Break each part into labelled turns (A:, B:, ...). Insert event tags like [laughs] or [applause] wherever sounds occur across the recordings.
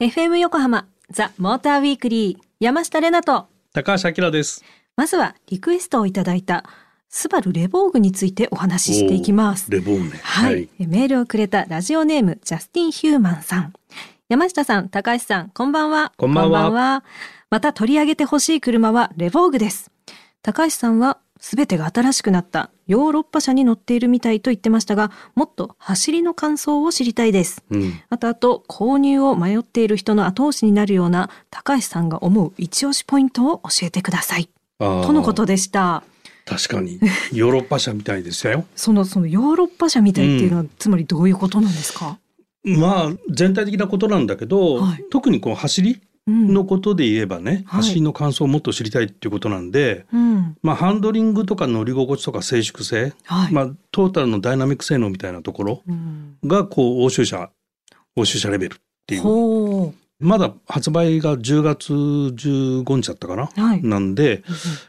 A: FM 横浜ザ・モーターウィークリー山下れなと
B: 高橋明です。
A: まずはリクエストをいただいたスバルレボーグについてお話ししていきます。
C: レボンね。
A: はい、えメールをくれたラジオネームジャスティン・ヒューマンさん山下さん高橋さんこんばんは
B: こんばんは
A: また取り上げてほしい車はレボーグです高橋さんは全てが新しくなったヨーロッパ車に乗っているみたいと言ってましたがもっと走りの感想を知りたいです
C: うん。
A: またあと購入を迷っている人の後押しになるような高橋さんが思う一押しポイントを教えてください
C: と
A: とのことでした
C: 確かにヨーロッパ車みたいでしたよ。
A: そのそのヨーロッパ車みたいっていうのは、つまりどういうことなんですか、
C: まあ全体的なことなんだけど、
A: はい
C: 特にこう走り
A: うん、
C: のことで言えばね、
A: はい
C: 走りの感想をもっと知りたいっていうことなんで、
A: うん、
C: まあ、ハンドリングとか乗り心地とか静粛性、
A: はい。
C: まあ、トータルのダイナミック性能みたいなところ
A: うん、
C: がこう欧州車欧州車レベルっていう
A: ほ
C: まだ発売が10月15日だったかな、
A: う。はい。
C: なんで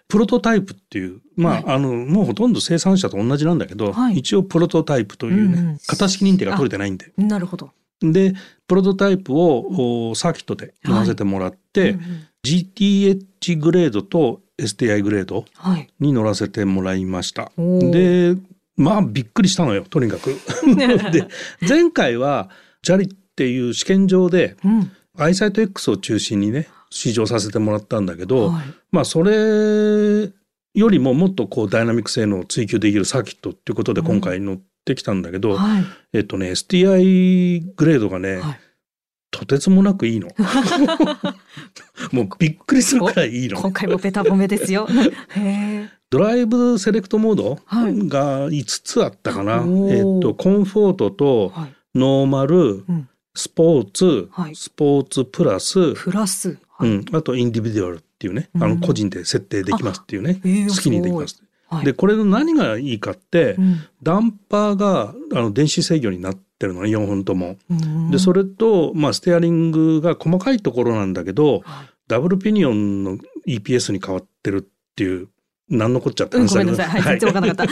C: プロトタイプっていうまあ,、あのもうほとんど生産者と同じなんだけど、
A: はい
C: 一応プロトタイプというね、
A: うんうん
C: 型式認定が取れてないんで
A: うんなるほど。
C: でプロトタイプをおサーキットで乗らせてもらって、
A: うんうん、
C: GTH グレードと STI グレード
A: はい。
C: に乗らせてもらいました。
A: おー [laughs]
C: でまあびっくりしたのよとにかく。で前回は JALI っていう試験場で
A: うん。
C: アイサイト X を中心にね試乗させてもらったんだけど、
A: はい
C: まあそれよりももっとこうダイナミック性能を追求できるサーキットっていうことで今回乗ってきたんだけど、
A: はい。
C: えっとね STI グレードがね、
A: はい
C: とてつもなくいいの。もうびっくりするくらいいいの。
A: [laughs] 今回もベタ褒めで
C: [laughs]
A: すよ。へえ。
C: ドライブセレクトモード
A: はい
C: が5つあったかな。
A: おー
C: えっとコンフォートと
A: はい。
C: ノーマル、
A: うん
C: スポーツ、
A: はい
C: スポーツプラス、
A: プラス。
C: う
A: はい。
C: ん、あとインディビデュアルっていうね、あ
A: うん
C: の個人で設定できますっていうね、
A: えー
C: 好きにできま。す。
A: ごいはい。
C: でこれの何がいいかって、
A: うん
C: ダンパーがあの電子制御になってるのね4本とも。
A: うん
C: でそれと、まあ、ステアリングが細かいところなんだけど
A: はい
C: ダブルピニオンの EPS に変わってるっていう何のこっちゃって
A: うん
C: 話だけ
A: ごめん
C: ど
A: なさい。はい。全然わかんなかっ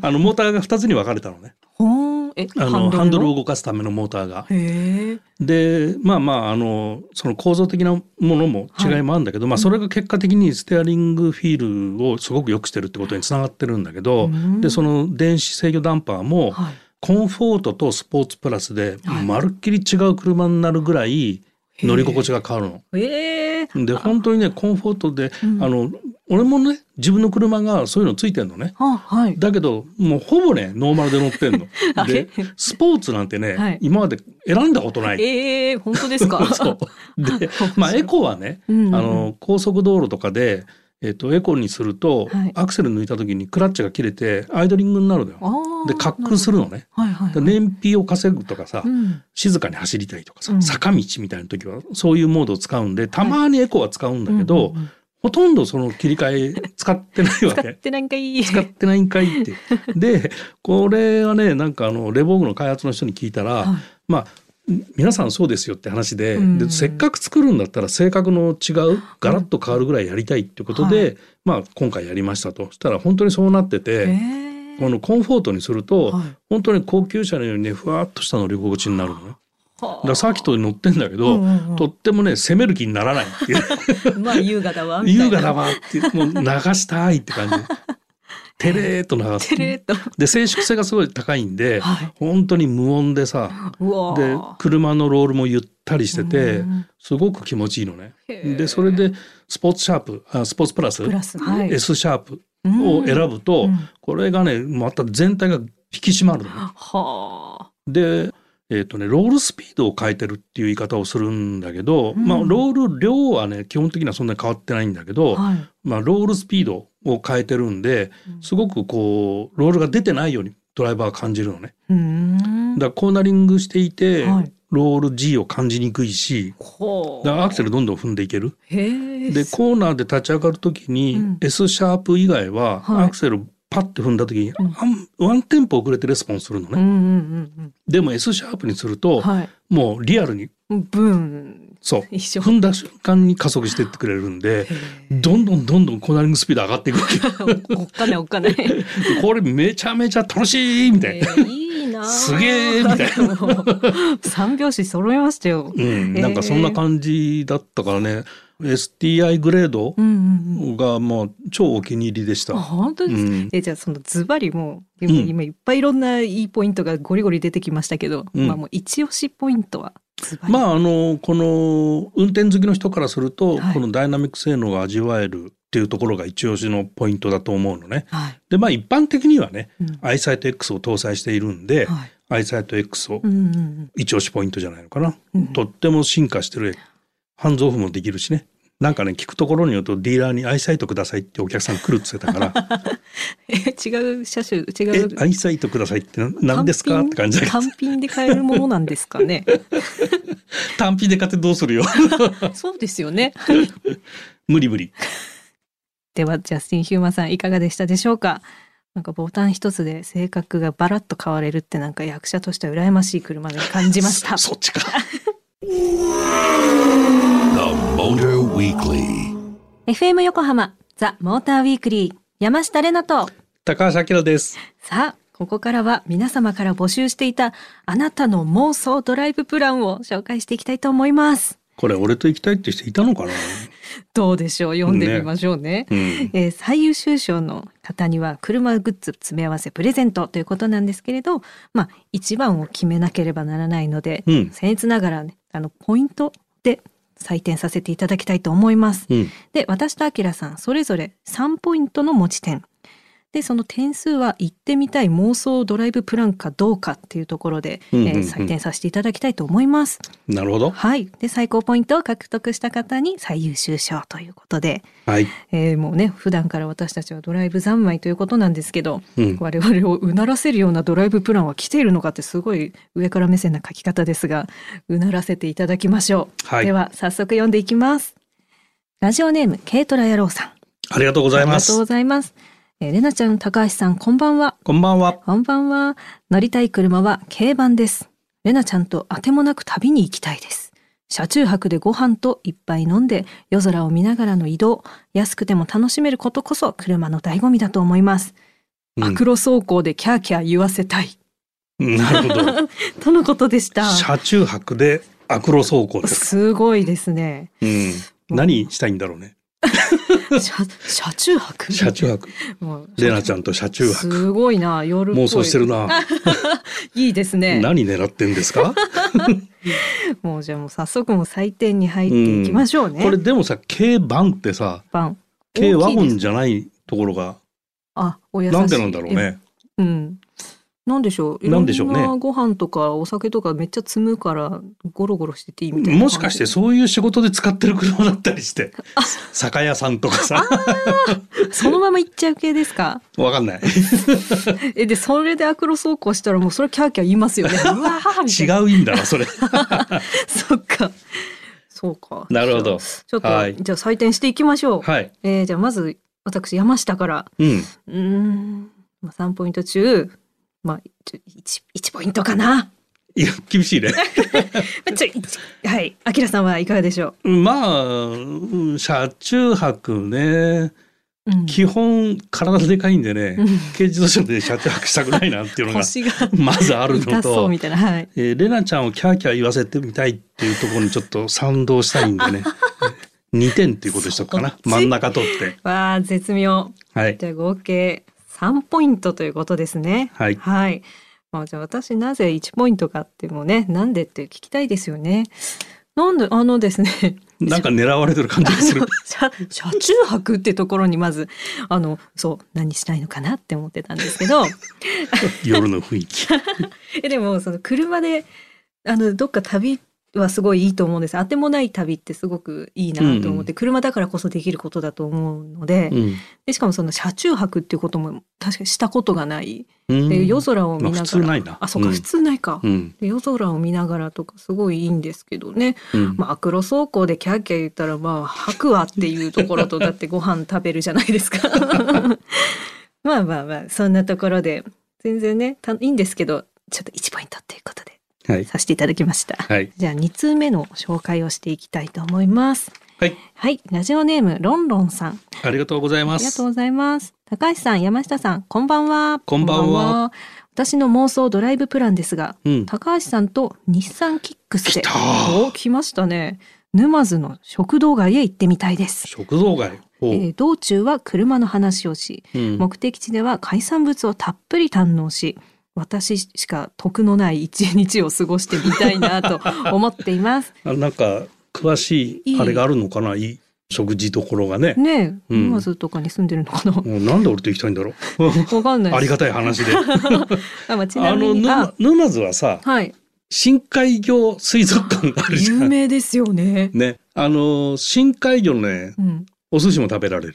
A: た。
C: あのモーターが2つに分かれたのね
A: ほーん。え、
C: あのハンドル
A: の
C: を動かすためのモーターが。
A: へえ。
C: でまあまああのその構造的なものも違いもあるんだけど、まあ、それが結果的にステアリングフィールをすごく良くしてるってことにつながってるんだけど、でそ
A: の。
C: の電子制御ダンパーも
A: はい。
C: コンフォートとスポーツプラスで
A: はい
C: まるっきり違う車になるぐらい乗り心地が変わるの。
A: へえ。
C: で本当にねコンフォートで、
A: うん
C: あの俺もね自分の車がそういうのついてんのね。
A: あ、はい。
C: だけどもうほぼねノーマルで乗ってんの
A: [laughs] あ。れ
C: でスポーツなんてね、
A: はい
C: 今まで選んだことない。
A: ええ、本当ですか。
C: [laughs]
A: [laughs]
C: そうでまあエコはね、
A: うんうんうん
C: あの高速道路とかで、えっとエコにすると、
A: はい
C: アクセル抜いた時にクラッチが切れてアイドリングになるのよ。
A: あー
C: で滑空するのね。
A: はいはい
C: だから燃費を稼ぐとかさ、
A: うん
C: 静かに走りたいとかさ、
A: うん
C: 坂道みたいな時はそういうモードを使うんでたまにエコは使うんだけど、
A: うんうんうん
C: ほとんどその切り替え使ってないわ
A: 使っ
C: け。
A: てなんかいい。
C: 使ってないんかいって。でこれはねなんかあのレボーグの開発の人に聞いたら、
A: はい
C: まあ皆さんそうですよって話で,、
A: うん
C: でせっかく作るんだったら性格の違うガラッと変わるぐらいやりたいってことで、ま
A: は
C: あ、今回やりましたとそしたら本当にそうなって
A: え
C: て、
A: ー
C: このコンフォートにすると、
A: はい
C: 本当に高級車のようにねふわっとした乗り心地になるのね。だ
A: は
C: からサーキットに乗ってんだけど、
A: うんうんうん
C: とってもね攻める気にならないっていう
A: [laughs] あまあ優雅
C: [laughs]
A: だわみたい
C: 優
A: な。
C: 雅だわっていうもう流したいって
A: [laughs]
C: 感じてれーっと流す
A: てれーっと。
C: で静粛性がすごい高いんで、
A: はい
C: 本当に無音でさ
A: うわ
C: で
A: ー
C: 車のロールもゆったりしてて
A: うん
C: すごく気持ちいいのね。
A: へー
C: でそれでスポーツシャープあスポーツプラス
A: プラスはい
C: S シャープを選ぶと、
A: うん
C: これがねまた全体が引き締まるのね。
A: はあ。
C: で、えっとね、ロールスピードを変えてるっていう言い方をするんだけど、
A: ん
C: まあ、ロール量はね基本的にはそんなに変わってないんだけど、
A: はい
C: まあ、ロールスピードを変えてるんで、すごくこうロールが出てないようにドライバーは感じるのね。
A: うーん
C: だからコーナリングしていて、
A: はい
C: ロール G を感じにくいし
A: ほう
C: だからアクセルどんどん踏んでいける。
A: へえ。
C: でコーナーで立ち上がる時に、
A: うん
C: S シャープ以外は、
A: はい
C: アクセルパッて踏んだ時に、
A: ん
C: あんワンテンポ遅れてレスポンスするの
A: う
C: ね。
A: んうんうん
C: でも S シャープにすると、
A: うん。はい。
C: もうリアルに
A: ブーン
C: そう
A: 一緒。
C: 踏んだ瞬間に加速してってくれるんで
A: へー [laughs]
C: どんどんどんどんコーナリングスピード上が [laughs] っていくわけ
A: おっかないおっかない。 [laughs]
C: これめちゃめちゃ楽しいみたい
A: え
C: な、
A: ーいいなあ
C: すげえみたいな。
A: もう [laughs] 三拍子揃えましたよ。
C: うん、なんかそんな感じだったからね、STI グレード
A: うんうんうん。
C: がもう超お気に入りでし
A: あ
C: た。
A: 本当ですか。
C: うん
A: えじゃあそのズバリもう
C: うん
A: 今今いっぱいいろんないいポイントがゴリゴリ出てきましたけど、
C: うん
A: まあもう一押しポイントはズバリ。
C: まああのこの運転好きの人からすると、
A: はい
C: このダイナミック性能が味わえるっていうところが一押しのポイントだと思うのね。
A: はい。
C: でまあ一般的にはね
A: うん
C: アイサイト X を搭載しているんで、
A: はい。
C: アイサイト X を
A: うんうん
C: 一押しポイントじゃないのかな。
A: うん。
C: とっても進化してるハンズオフもできるしね。なんかね聞くところによるとディーラーに「アイサイトください」ってお客さん来るっつってた
A: [laughs]
C: から
A: え違う車種
C: 「
A: 違
C: え
A: う。
C: アイサイトください」ってな何ですかって感じだけど
A: 単品単品で買えるものなんですかね。
C: [laughs] 単品で買ってどうするよ [laughs]
A: そうですよね。
C: 無理無理
A: ではジャスティン・ヒューマンさんいかがでしたでしょうかなんかボタン一つで性格がバラッと変われるってなんか役者としては羨ましい車に感じました
C: そそっちか
B: The Motor Weekly.
A: FM 横浜ザ・モーターウィークリー山下れなと
C: 高橋明です
A: さあここからは皆様から募集していたあなたの妄想ドライブプランを紹介していきたいと思います
C: これ俺と行きたいって人いたのかな、
A: どうでしょう読んでみましょうね
C: うん、
A: えー最優秀賞の方には車グッズ詰め合わせプレゼントということなんですけれど、まあ、一番を決めなければならないので、
C: うん
A: 僭越ながら、ね、あのポイントで採点させていただきたいと思います。
C: うん
A: で私とあきらさんそれぞれ3ポイントの持ち点でその点数は行ってみたい妄想ドライブプランかどうかっていうところで、
C: うんうんうん
A: えー採点させていただきたいと思います。
C: なるほど
A: はい、で最高ポイントを獲得した方に最優秀賞ということで。
C: はい、
A: えーもうね普段から私たちはドライブ三昧ということなんですけど
C: うん、
A: 我々をうならせるようなドライブプランは来ているのかってすごい上から目線な書き方ですがうならせていただきましょう、
C: はい
A: では早速読んでいきますラジオネーム軽トラ野郎さん
C: ありがとうございま
A: ありがとう
C: す
A: ございます、えー、れなちゃん高橋さんこんばんは
C: こんばんは
A: こんばんは。乗りたい車は軽バンです。レナちゃんとあてもなく旅に行きたいです。車中泊でご飯といっぱい飲んで夜空を見ながらの移動、安くても楽しめることこそ車の醍醐味だと思います。
C: うん
A: アクロ走行でキャーキャー言わせたい。 [laughs]
C: うんなるほど
A: とのことでした。
C: 車中泊でアクロ走行です、
A: すごいですね。
C: うん、何したいんだろうね
A: 車車中泊
C: 車中泊
A: もう
C: レナちゃんと車中泊
A: すごいな、夜っぽい。
C: 妄想してる。な、
A: いいですね。
C: 何狙ってんですか
A: もうじゃあもう早速もう採点に入っていきましょうね。
C: これでもさ軽バンってさ
A: 番
C: 軽ワゴ
A: 大きいで
C: ン
A: す
C: じゃないところが
A: あ、お優しい。
C: なんでなんだろうね
A: うん。なんでしょう。
C: なんでしょうね
A: いろんなご飯とかお酒とかめっちゃ積むからゴロゴロしてていいみたいな。
C: もしかしてそういう仕事で使ってる車だったりして酒屋さんとかさ
A: [laughs] そのまま行っちゃう系ですか。
C: わかん
A: [laughs]
C: ない
A: えでそれでアクロ走行したらもうそれキャーキャー言いま
C: [laughs]
A: すよね。うわーみ
C: 違
A: たいな。う。
C: う意味だなそ
A: [laughs]
C: れ
A: そっか。そうか。
C: なるほど
A: ちょっと、
C: はい
A: じゃあ採点していきましょう。
C: はい
A: えーじゃあまず私山下から。
C: うん
A: うーん。まあ三ポイント中。まあ、ちょ一一ポイントかな。
C: いや厳しいね
A: ちょ一はい、あきらさんはいかがでしょ
C: まあうん車中泊ね
A: う。うん
C: 基本体でかいんでね
A: うん
C: 軽自動車で車中泊したくないなっていうのが
A: 腰が
C: まずあるの
A: 痛そう
C: と
A: みたいな、はい、
C: えー、レナちゃんをキャーキャー言わせてみたいっていうところにちょっと賛同したいん
A: [laughs]
C: でね2点っていうことにしとくかな
A: そっち
C: 真ん中取って
A: わあ絶妙
C: はい
A: じゃあ合計3ポイントということですね
C: はい
A: はい、まあ、じゃあ私なぜ1ポイントかってもうねなんでって聞きたいですよねなんであのですね
C: [laughs] なんか狙われてる感じが
A: [laughs]
C: する
A: 車車中泊ってところにまずあのそう何したいのかなって思ってたんですけど [laughs]
C: 夜の雰囲気
A: えでもその車であのどっか旅はすごいいいと思うんですあてもない旅ってすごくいいなと思って、車だからこそできることだと思うので、
C: うん
A: でしかもその車中泊っていうことも確かにしたことがない、
C: うん
A: で夜空を見なが
C: ま
A: ら、
C: あ普通ないな
A: あそうか、
C: うん
A: 普通ないか、
C: うん
A: で夜空を見ながらとかすごいいいんですけどね、
C: うん
A: まあアクロ走行でキャーキャー言ったらまあ吐くわっていうとこ
C: [laughs]
A: ろとだってご飯食べるじゃないですか [laughs] まあまあまあそんなところで全然ねたいいんですけどちょっと1ポイントということで
C: はい
A: させていただきました
C: はい
A: じゃあ2通目の紹介をしていきたいと思います
C: はい
A: はいラジオネームロンロンさん
C: ありがとうございま
A: ありが
C: す
A: とうございます。高橋さん、山下さん、こんばんは。
C: こんばんは
A: こんばんは。私の妄想ドライブプランですが、
C: うん
A: 高橋さんと日産キックスで
C: 来た
A: お来ましたね沼津の食堂街へ行ってみたいです、
C: 食堂街
A: え
C: を、
A: ー道中は車の話をし
C: うん
A: 目的地では海産物をたっぷり堪能し私しか得のない一日を過ごしてみたい
C: [laughs]
A: なと思っています
C: あなんか詳し
A: いい
C: いあれがあるのかないい食事どころがね、
A: ねえ、
C: うん
A: 沼津とかに住んでるのかな
C: もうなんで俺と行きたいんだろう
A: わかんないです
C: ありがたい話で
A: あま [laughs] あちな
C: あ
A: み
C: の
A: にあ
C: 沼沼津はさ
A: はい
C: 深海魚水族館があるじゃ
A: 有
C: ん
A: 名ですよね。
C: ねあの深海魚のね
A: うん、
C: お寿司も食べられる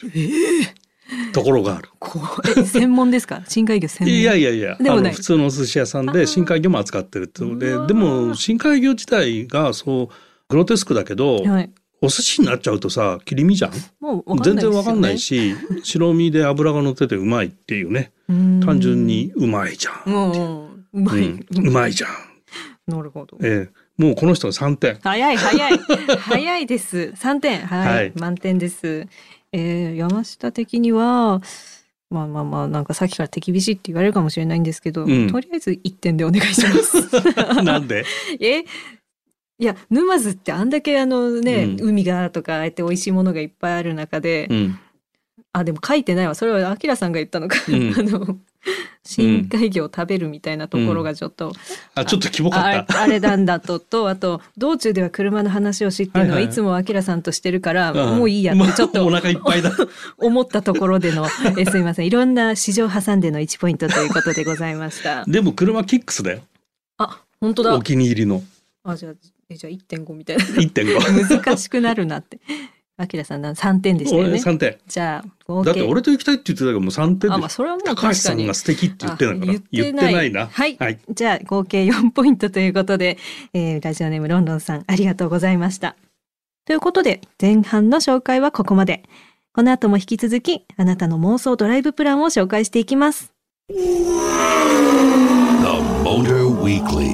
C: ところがある
A: こうえ専門です
C: [laughs]
A: か深海魚専門
C: いやいやいや
A: でも
C: あ
A: な
C: の
A: い
C: 普通のお寿司屋さんで深海魚も扱ってるってこと
A: う
C: で
A: わー
C: でも深海魚自体がそうグロテスクだけど、
A: はい、
C: お寿司になっちゃうとさ切り身じゃん
A: もうわか
C: 全
A: んないですよ、
C: 然
A: ね、
C: わかんないし白身で脂が乗っててうまいっていうね
A: うん
C: 単純にうまいじゃん、
A: もうんうま
C: う
A: い、
C: んうまいじゃん、
A: なるほど
C: ええもうこの人の3点 [laughs]
A: 早い早い早いです三点はい、
C: はい
A: 満点です、えー、山下的にはまあまあまあなんかさっきから手厳しいって言われるかもしれないんですけど、
C: うん
A: とりあえず一点でお願いしま
C: [laughs]
A: す
C: なんで
A: えいや沼津ってあんだけあのね、
C: うん
A: 海がとかああやって美味しいものがいっぱいある中で、
C: うん
A: あでも書いてないわそれはあきらさんが言ったのか、
C: うん
A: [laughs] あの深海魚を食べるみたいなところがちょっと、
C: あちょっとキモか
A: あ
C: っ
A: れ
C: た
A: あれなんだと [laughs] とあと道中では車の話をしっていうのは
C: はい
A: い
C: はい
A: つもあきらさんとしてるから、
C: うん
A: もういいやってちょっ
C: もう
A: と
C: お腹いっぱ
A: [laughs]
C: いだ
A: 思ったとこ
C: [laughs]
A: ろでのえすいませんいろんな市場挟んでの1ポイントということでございま
C: [laughs]
A: した。
C: でも車キックスだよ
A: あ本当だ
C: お気に入りの
A: あじゃあえじゃあ1.5みた
C: [laughs]
A: いな
C: 1.5
A: 難しくなるなってあきらさんなん3点でしたよ
C: 俺
A: ね。
C: 3点
A: じゃあ合計
C: だって俺と行きたいって言ってたけどもう3点で
A: あまあそれはもう確か
C: 高
A: に
C: 橋さんが素敵って言ってないから
A: あ言ってない
C: な
A: はい
C: はい、
A: じゃあ合計4ポイントということで、えーラジオネームロンロンさんありがとうございました。ということで前半の紹介はここまで。この後も引き続きあなたの妄想ドライブプランを紹介していきます。
B: The Motor Weekly.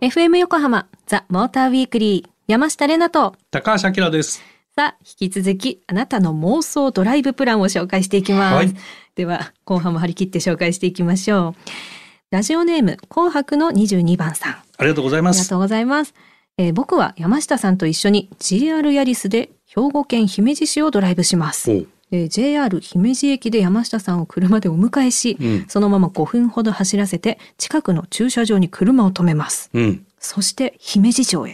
A: FM 横浜ザ・モーターウィークリー山下れなと
C: 高橋明です
A: さあ引き続きあなたの妄想ドライブプランを紹介していきます、
C: はい
A: では後半も張り切って紹介していきましょうラジオネーム紅白の22番さん
C: ありがとうござい
A: あ
C: ま
A: りが
C: す
A: とうございます、えー僕は山下さんと一緒に JR ヤリスで兵庫県姫路市をドライブします、
C: おう
A: えー JR 姫路駅で山下さんを車でお迎えし、
C: うん
A: そのまま5分ほど走らせて近くの駐車場に車を止めます
C: うん
A: そして姫路城へ、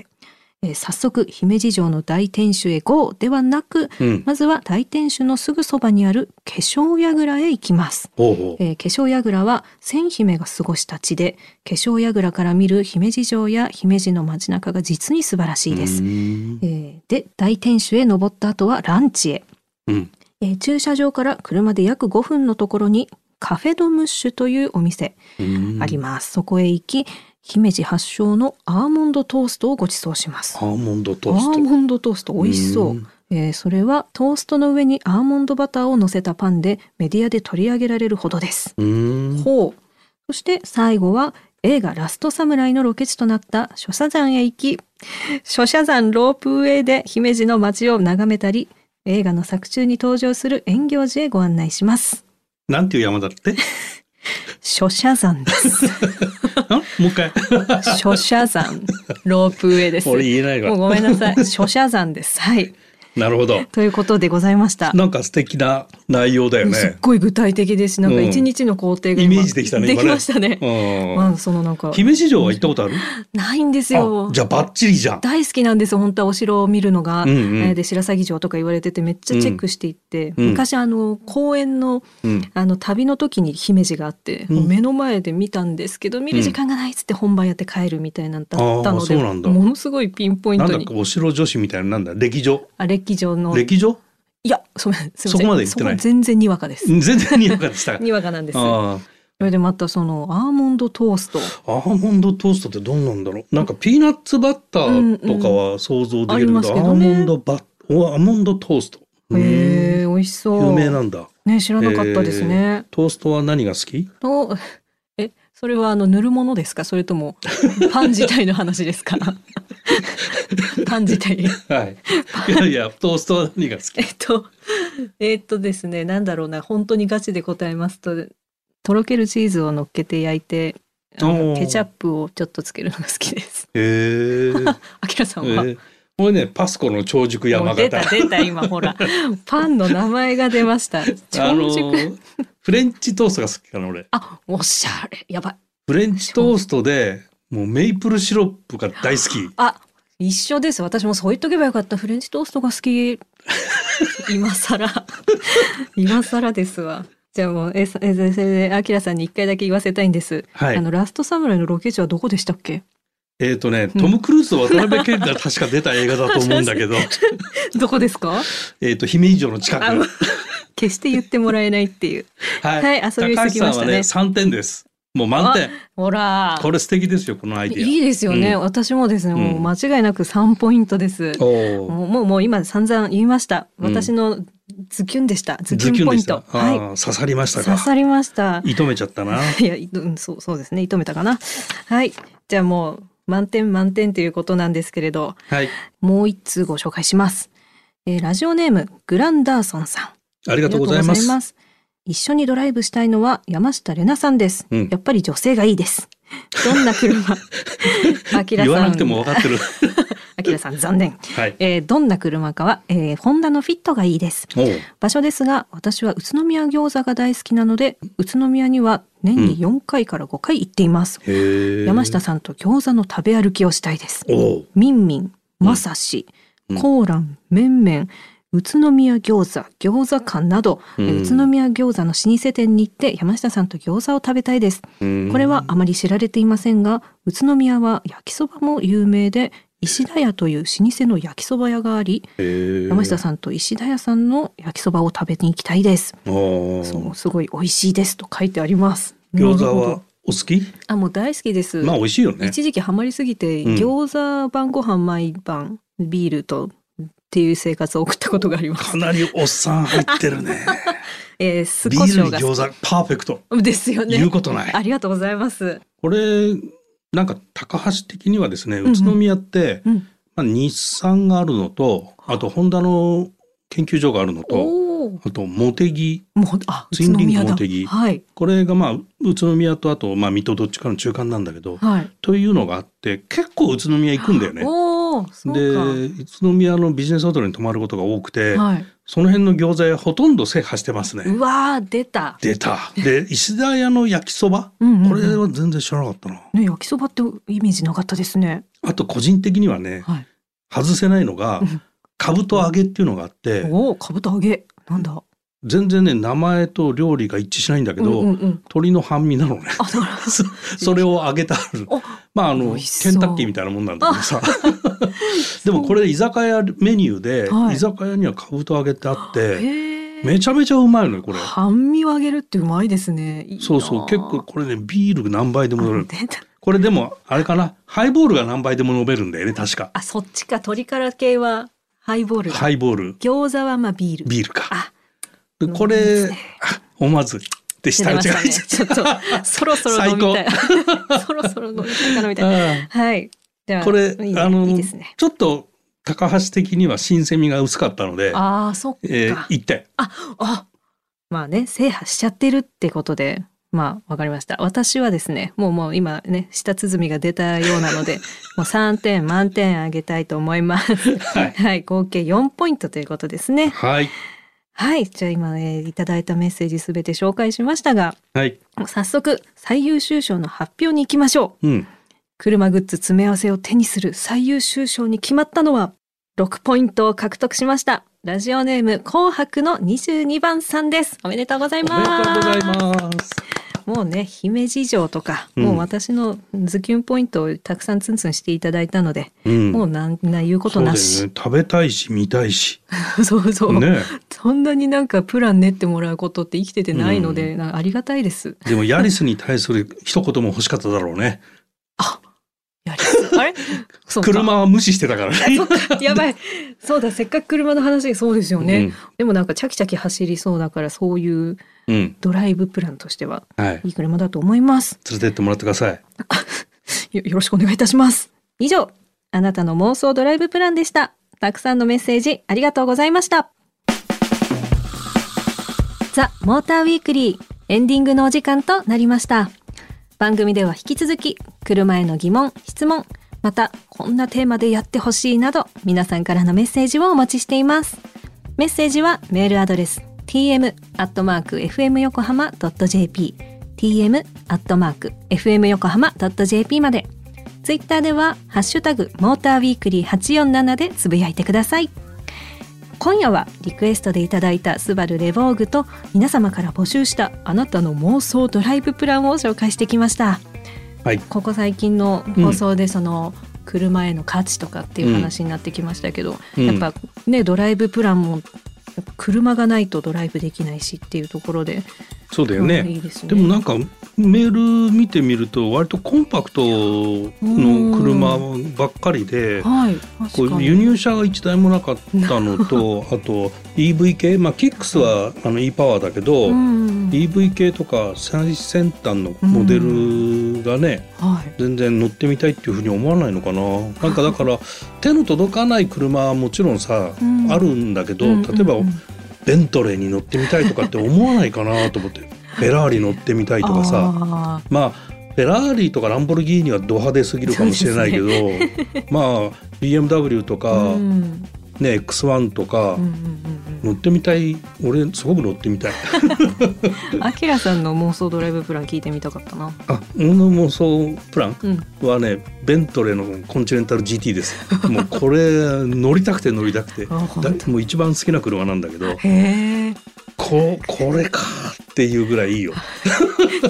A: えー早速姫路城の大天守へ GO ではなく、
C: うん
A: まずは大天守のすぐそばにある化粧櫓へ行きます
C: おうおう
A: えー化粧櫓は千姫が過ごした地で化粧櫓から見る姫路城や姫路の街中が実に素晴らしいです
C: う。ん
A: えーで大天守へ登った後はランチへ、
C: うん
A: えー駐車場から車で約5分のところにカフェドムッシュというお店
C: うん
A: あります、そこへ行き姫路発祥のアーモンドトーストをご馳走します
C: アーモンドト
A: ア
C: ース
A: ー
C: ト
A: モンドトースト美味しそううんえーそれはトーストの上にアーモンドバターを乗せたパンでメディアで取り上げられるほどです
C: うん
A: ほうそして最後は映画「ラストサムライ」のロケ地となった諸社山へ行き諸社山ロープウェイで姫路の街を眺めたり映画の作中に登場する遠行寺へご案内します
C: なんていう山だって
A: [laughs]
C: ん
A: 諸社山です
C: [laughs] もう一
A: [laughs]
C: 回
A: 諸社山ロープウェイです
C: 俺言えない
A: もう
C: わ
A: ごめんなさい諸社山ですはい
C: なるほど
A: ということでございました
C: なんか素敵な内容だよ
A: すっ
C: ね
A: ごい具体的ですなんか
C: うん
A: 一日の工程が今、
C: イメージできたね
A: で
C: 今
A: き
C: ね
A: ましたね、
C: う
A: ま
C: ん
A: あそのなんか
C: 姫路城は行ったことある
A: ないんですよ
C: あじゃあバッチリじゃん
A: 大好きなんですよ本当はお城を見るのが、
C: うんうん
A: えーで白鷺城とか言われててめっちゃチェックしていって、
C: うん
A: 昔あの公園の
C: うん
A: あの旅の時に姫路があって、
C: うん
A: もう目の前で見たんですけど見る時間がないっつって本番やって帰るみたいなんだった
C: あー
A: ので、
C: そうなんだ
A: ものすごいピンポイン
C: なん
A: ト
C: だっ
A: に
C: けお城女子みたいななんだ歴女
A: あ歴城のい
C: 歴女 [laughs]
A: やすみませんすいません
C: そこまで行ってない
A: そこ全然にわかです、
C: 全然にわかでした
A: にわかなんですそ
C: あ
A: れでまたそのアーモンドトースト
C: あアーモンドトーストってどんなんだろうなんかピーナッツバッターとかは想像できるけど,、
A: うんうんありますけどね
C: アーモンドバッおアーモンドトースト
A: へえ
C: うん
A: 美味しそう
C: 有名なんだ
A: ね知らなかったですね、
C: トーストは何が好き
A: とえそれはあの塗るものですかそれともパン自体の話で
C: [laughs]
A: すかパン自体 [laughs]
C: はいいやいやトーストは何が好き
A: えっとえっとですねなんだろうな本当にガチで答えますととろけるチーズを乗っけて焼いてあの
C: おー
A: ケチャップをちょっとつけるのが好きです。
C: へえ
A: [laughs] あきらさんは、
C: えこれねパスコの超熟
A: も
C: 山
A: う出た
C: 形
A: 出た今
C: [laughs]
A: ほらパンの名前が出ました。
C: あ
A: 超
C: の
A: 熟、
C: フレンチトーストが好きかな俺
A: あおしゃれやばい
C: フレンチトーストでもうメイプルシロップが大好き
A: あ一緒です私もそう言っとけばよかったフレンチトーストが
C: [laughs]
A: 好き今更今更ですわじゃあもうえさえそれであきらさんに一回だけ言わせたいんです、
C: は
A: あ
C: い
A: のラストサムライのロケ地はどこでしたっけ
C: えっ、とねトム・クルーズと渡辺謙が確か出た映画だと思うんだけど
A: どこですか
C: [laughs] えっと姫以上の近く
A: あもう決して言ってもらえないっていうはい遊び
C: 高
A: すぎ
C: 橋さ
A: ま
C: ん
A: し
C: は
A: たね
C: ね3点ですもう満点
A: ほら
C: これ素敵ですよこのアイディア
A: いいですよね、
C: う
A: 私もですねもううん間違いなく3ポイントです、
C: おー
A: もうもうもう今散々言いました
C: うん
A: 私のズキュンでした、ズキ
C: ズキ
A: ュ
C: ュ
A: ン
C: ン
A: ポ
C: で
A: イン
C: し
A: ト
C: た
A: はい
C: あー刺さりました
A: 刺
C: か
A: さりました [laughs]
C: 射止めちゃったな
A: いや、いうん、そう、そうですね。射止めたかな。はい。じゃあもう、満点満点ということなんですけれど、
C: はい
A: もう一通ご紹介します。えーラジオネーム、グランダーソンさん。あ
C: あり
A: り
C: がとうございます
A: がとうごす。一緒にドライブしたいのは山下玲奈さんです。
C: うん
A: やっぱり女性がいいです。 [laughs] どんな車あきらさ
C: [laughs]
A: ん。
C: 言わなくても分かって
A: [laughs]
C: る
A: あきらさん、残念。
C: はい
A: えーどんな車かは、えーホンダのフィットがいいです。
C: おう
A: 場所ですが私は宇都宮餃子が大好きなので宇都宮には年に4回から5回行っています、
C: へえ
A: [laughs] 山下さんと餃子の食べ歩きをしたいです
C: おう
A: みんみんまさし、
C: うん
A: コーランめんめん宇都宮餃子餃子館など、え
C: うん
A: 宇都宮餃子の老舗店に行って山下さんと餃子を食べたいですこ
C: こ
A: れはあまり知られていませんが宇都宮は焼きそばも有名で石田屋という老舗の焼きそば屋があり山
C: 山
A: 下さんと石田屋さんの焼きそばを食べに行きたいです。
C: んお
A: そ
C: ー
A: うすごい美味しいですと書いてあります。
C: 餃
A: なる
C: 子
A: ほ
C: は
A: ど
C: お好き
A: あもう大好きです。
C: まあ美味しいよね
A: 一時期ハマりすぎて、
C: うん
A: 餃子晩ご飯毎晩ビールとっていう生活を送ったことがありま
C: [laughs]
A: す。
C: かなりおっさん入ってる
A: [laughs]
C: ね
A: えー、酢
C: ビ
A: 胡
C: ール
A: 椒
C: に
A: が
C: 餃子パーフェクト
A: ですよね。
C: 言うことない
A: ありがとうございます。
C: これなんか高橋的にはですね
A: んうん
C: 宇都宮って、
A: うん
C: まあ、日産があるのとあとホンダの研究所があるのと
A: おお。
C: あと茂木
A: もうあ宇
C: ツイン
A: 都
C: リング
A: 宮だ。
C: 茂木
A: はい
C: これがまあ宇都宮とあとまあ水戸どっちかの中間なんだけど
A: はい。
C: というのがあって結構宇都宮行くんだよね。
A: おおそうか。
C: で宇都宮のビジネスホテルに泊まることが多くて、
A: はい。
C: その辺の餃子屋ほとんど制覇してますね。
A: うわー出た。
C: 出た。で石田屋の焼きそば
A: うんうんうん
C: これは全然知らなかったな。
A: ね焼きそばってイメージなかったですね。
C: あと個人的にはね
A: はい。
C: 外せないのが
A: うん
C: かぶと揚げっていうのがあって
A: おお、かぶと揚げ。なんだ。
C: 全然ね名前と料理が一致しないんだけど、
A: うんうんうん、
C: 鶏の半身なのね
A: [laughs] あ、なるほど。
C: それを揚げてある
A: お
C: まああの
A: 美味しそ
C: ケ
A: う
C: ンタッキーみたいなもんなんだけどさ [laughs] でもこれ居酒屋メニューで、
A: はい
C: 居酒屋にはかぶと揚げってあって
A: へえ。
C: めちゃめちゃうまいのよこれ
A: 半身を揚げるってうまいですね。いいな
C: そうそう結構。これねビール何杯でも飲め
A: あ
C: [laughs] る
A: 出た
C: これでもあれかなハイボールが何杯でも飲めるんだよね確か
A: あ、そっちか、鶏から系はハイボールだ。
C: ハイボール
A: 餃子はまあビール。
C: ビールか
A: あ、
C: でこ
A: 飲みます
C: れ
A: ね
C: あ思わずで
A: 出
C: 下
A: て
C: 打
A: ま
C: ちが
A: した
C: 入
A: ね。
C: っちゃっ
A: ちょっと、そろそろ飲みたい。 [laughs] そろそろ飲みたいかなみたいな。
C: た。うん
A: はい。では
C: これ
A: いいね
C: あの
A: いいですね。
C: ちょっと高橋的には新鮮味が薄かったので、
A: ああ、そっか。
C: えー、1点
A: [laughs] あまあね制覇しちゃってるってことでまあわかりました私はですねもうもう今ね舌鼓が出たような
C: [laughs]
A: のでもう3点満点あげたいと思います
C: はい
A: はい合計4ポイントということですね
C: はい
A: はいじゃあ今、えーいただいたメッセージすべて紹介しましたが
C: はい
A: もう早速最優秀賞の発表に行きましょう
C: うん
A: 車グッズ詰め合わせを手にする最優秀賞に決まったのは6ポイントを獲得しましたラジオネーム紅白の22番さんですおめでとうござい
C: おめ
A: ま
C: ですとうございます。
A: もうね姫路城とか、
C: うん
A: もう私のズキュンポイントをたくさんツンツンしていただいたので、
C: うん
A: もうなんな言うこと
C: そうだよ
A: な
C: ね
A: し
C: 食べたいし見たいし
A: そうそう
C: ね
A: そんなになんかプラン練ってもらうことって生きててないので、なんかありがたいです
C: でもヤリスに対する一言も欲しかっただろうね
A: やりす
C: [laughs]
A: あれそうか
C: 車は無視してたからね
A: そっかやばいそうだせっかく車の話そうですよね、でもなんかチャキチャキ走りそうだからそういう
C: うん、うん
A: ドライブプランとしては
C: はい連
A: いい車だと思います
C: れてってもらってください
A: よよろしくお願いいたします以上あなたの妄想ドライブプランでしたたくさんのメッセージありがとうございましたザ・モーターウィークリーエンディングのお時間となりました。番組では引き続き、車への疑問、質問、また、こんなテーマでやってほしいなど、皆さんからのメッセージをお待ちしています。メッセージはメールアドレス、tm.fmyokohama.jp、tm.fmyokohama.jp まで。ツイッターでは、ハッシュタグ、モーターウィークリー847でつぶやいてください。今夜はリクエストでいただいたスバルレボーグと皆様から募集したあなたの妄想ドライブプランを紹介してきました
C: はい
A: ここ最近の放送でその車への価値とかっていう話になってきましたけど、
C: うん
A: やっぱねドライブプランも車がないとドライブできないしっていうところで
C: そうだよね,、
A: うんいいですね
C: でもなんかメール見てみると割とコンパクトの車ばっかりで
A: はい
C: こ
A: 確か
C: う
A: に
C: 輸入車が一台もなかったのとあと EV 系まあキックスはあの e パワーだけど、
A: うんうんうん
C: EV 系とか最先端のモデルがね、
A: はい
C: 全然乗ってみたいっていうふうに思わないのかななんかだから手の届かない車はもちろんさ、
A: うん
C: あるんだけど
A: うんうんうん
C: 例えばベントレーに乗ってみたいとかって思わないかなと思って
A: [laughs]
C: フェラーリ乗ってみたいとかさ
A: あー
C: まあフェラーリとかランボルギーニはド派手すぎるかもしれないけど、まあ BMW とか、
A: うんうん
C: ね X1 とか、
A: うんうん
C: 乗ってみたい俺すごく乗ってみた
A: [laughs]
C: い
A: うんあきらさんの妄想ドライブプラン聞いてみたかったな
C: あ俺の妄想プラン
A: うん
C: はねベントレーのコンチネンタル GT ですもうこれ乗りたくて乗りたくて
A: あ本
C: だ
A: 当
C: もう一番好きな車なんだけど
A: へえ。
C: ここれかっていうぐらいいいよ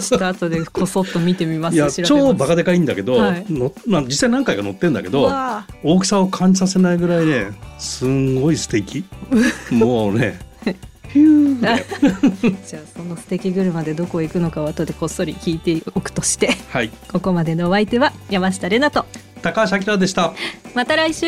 A: ちょっと後でこそっと見てみます。
C: いや
A: 調べます
C: 超バカでかいんだけど、
A: はい
C: のまあ、実際何回か乗ってんだけ
A: う
C: ど
A: わあ
C: 大きさを感じさせないぐらいねすんごい素
A: [laughs]
C: 敵もうねヒューだよ
A: [laughs] じゃあその素敵車でどこへ行くのかは後でこっそり聞いておくとして、
C: はい
A: ここまでのお相手は山下れなと。
C: 高橋明でした
A: また来週。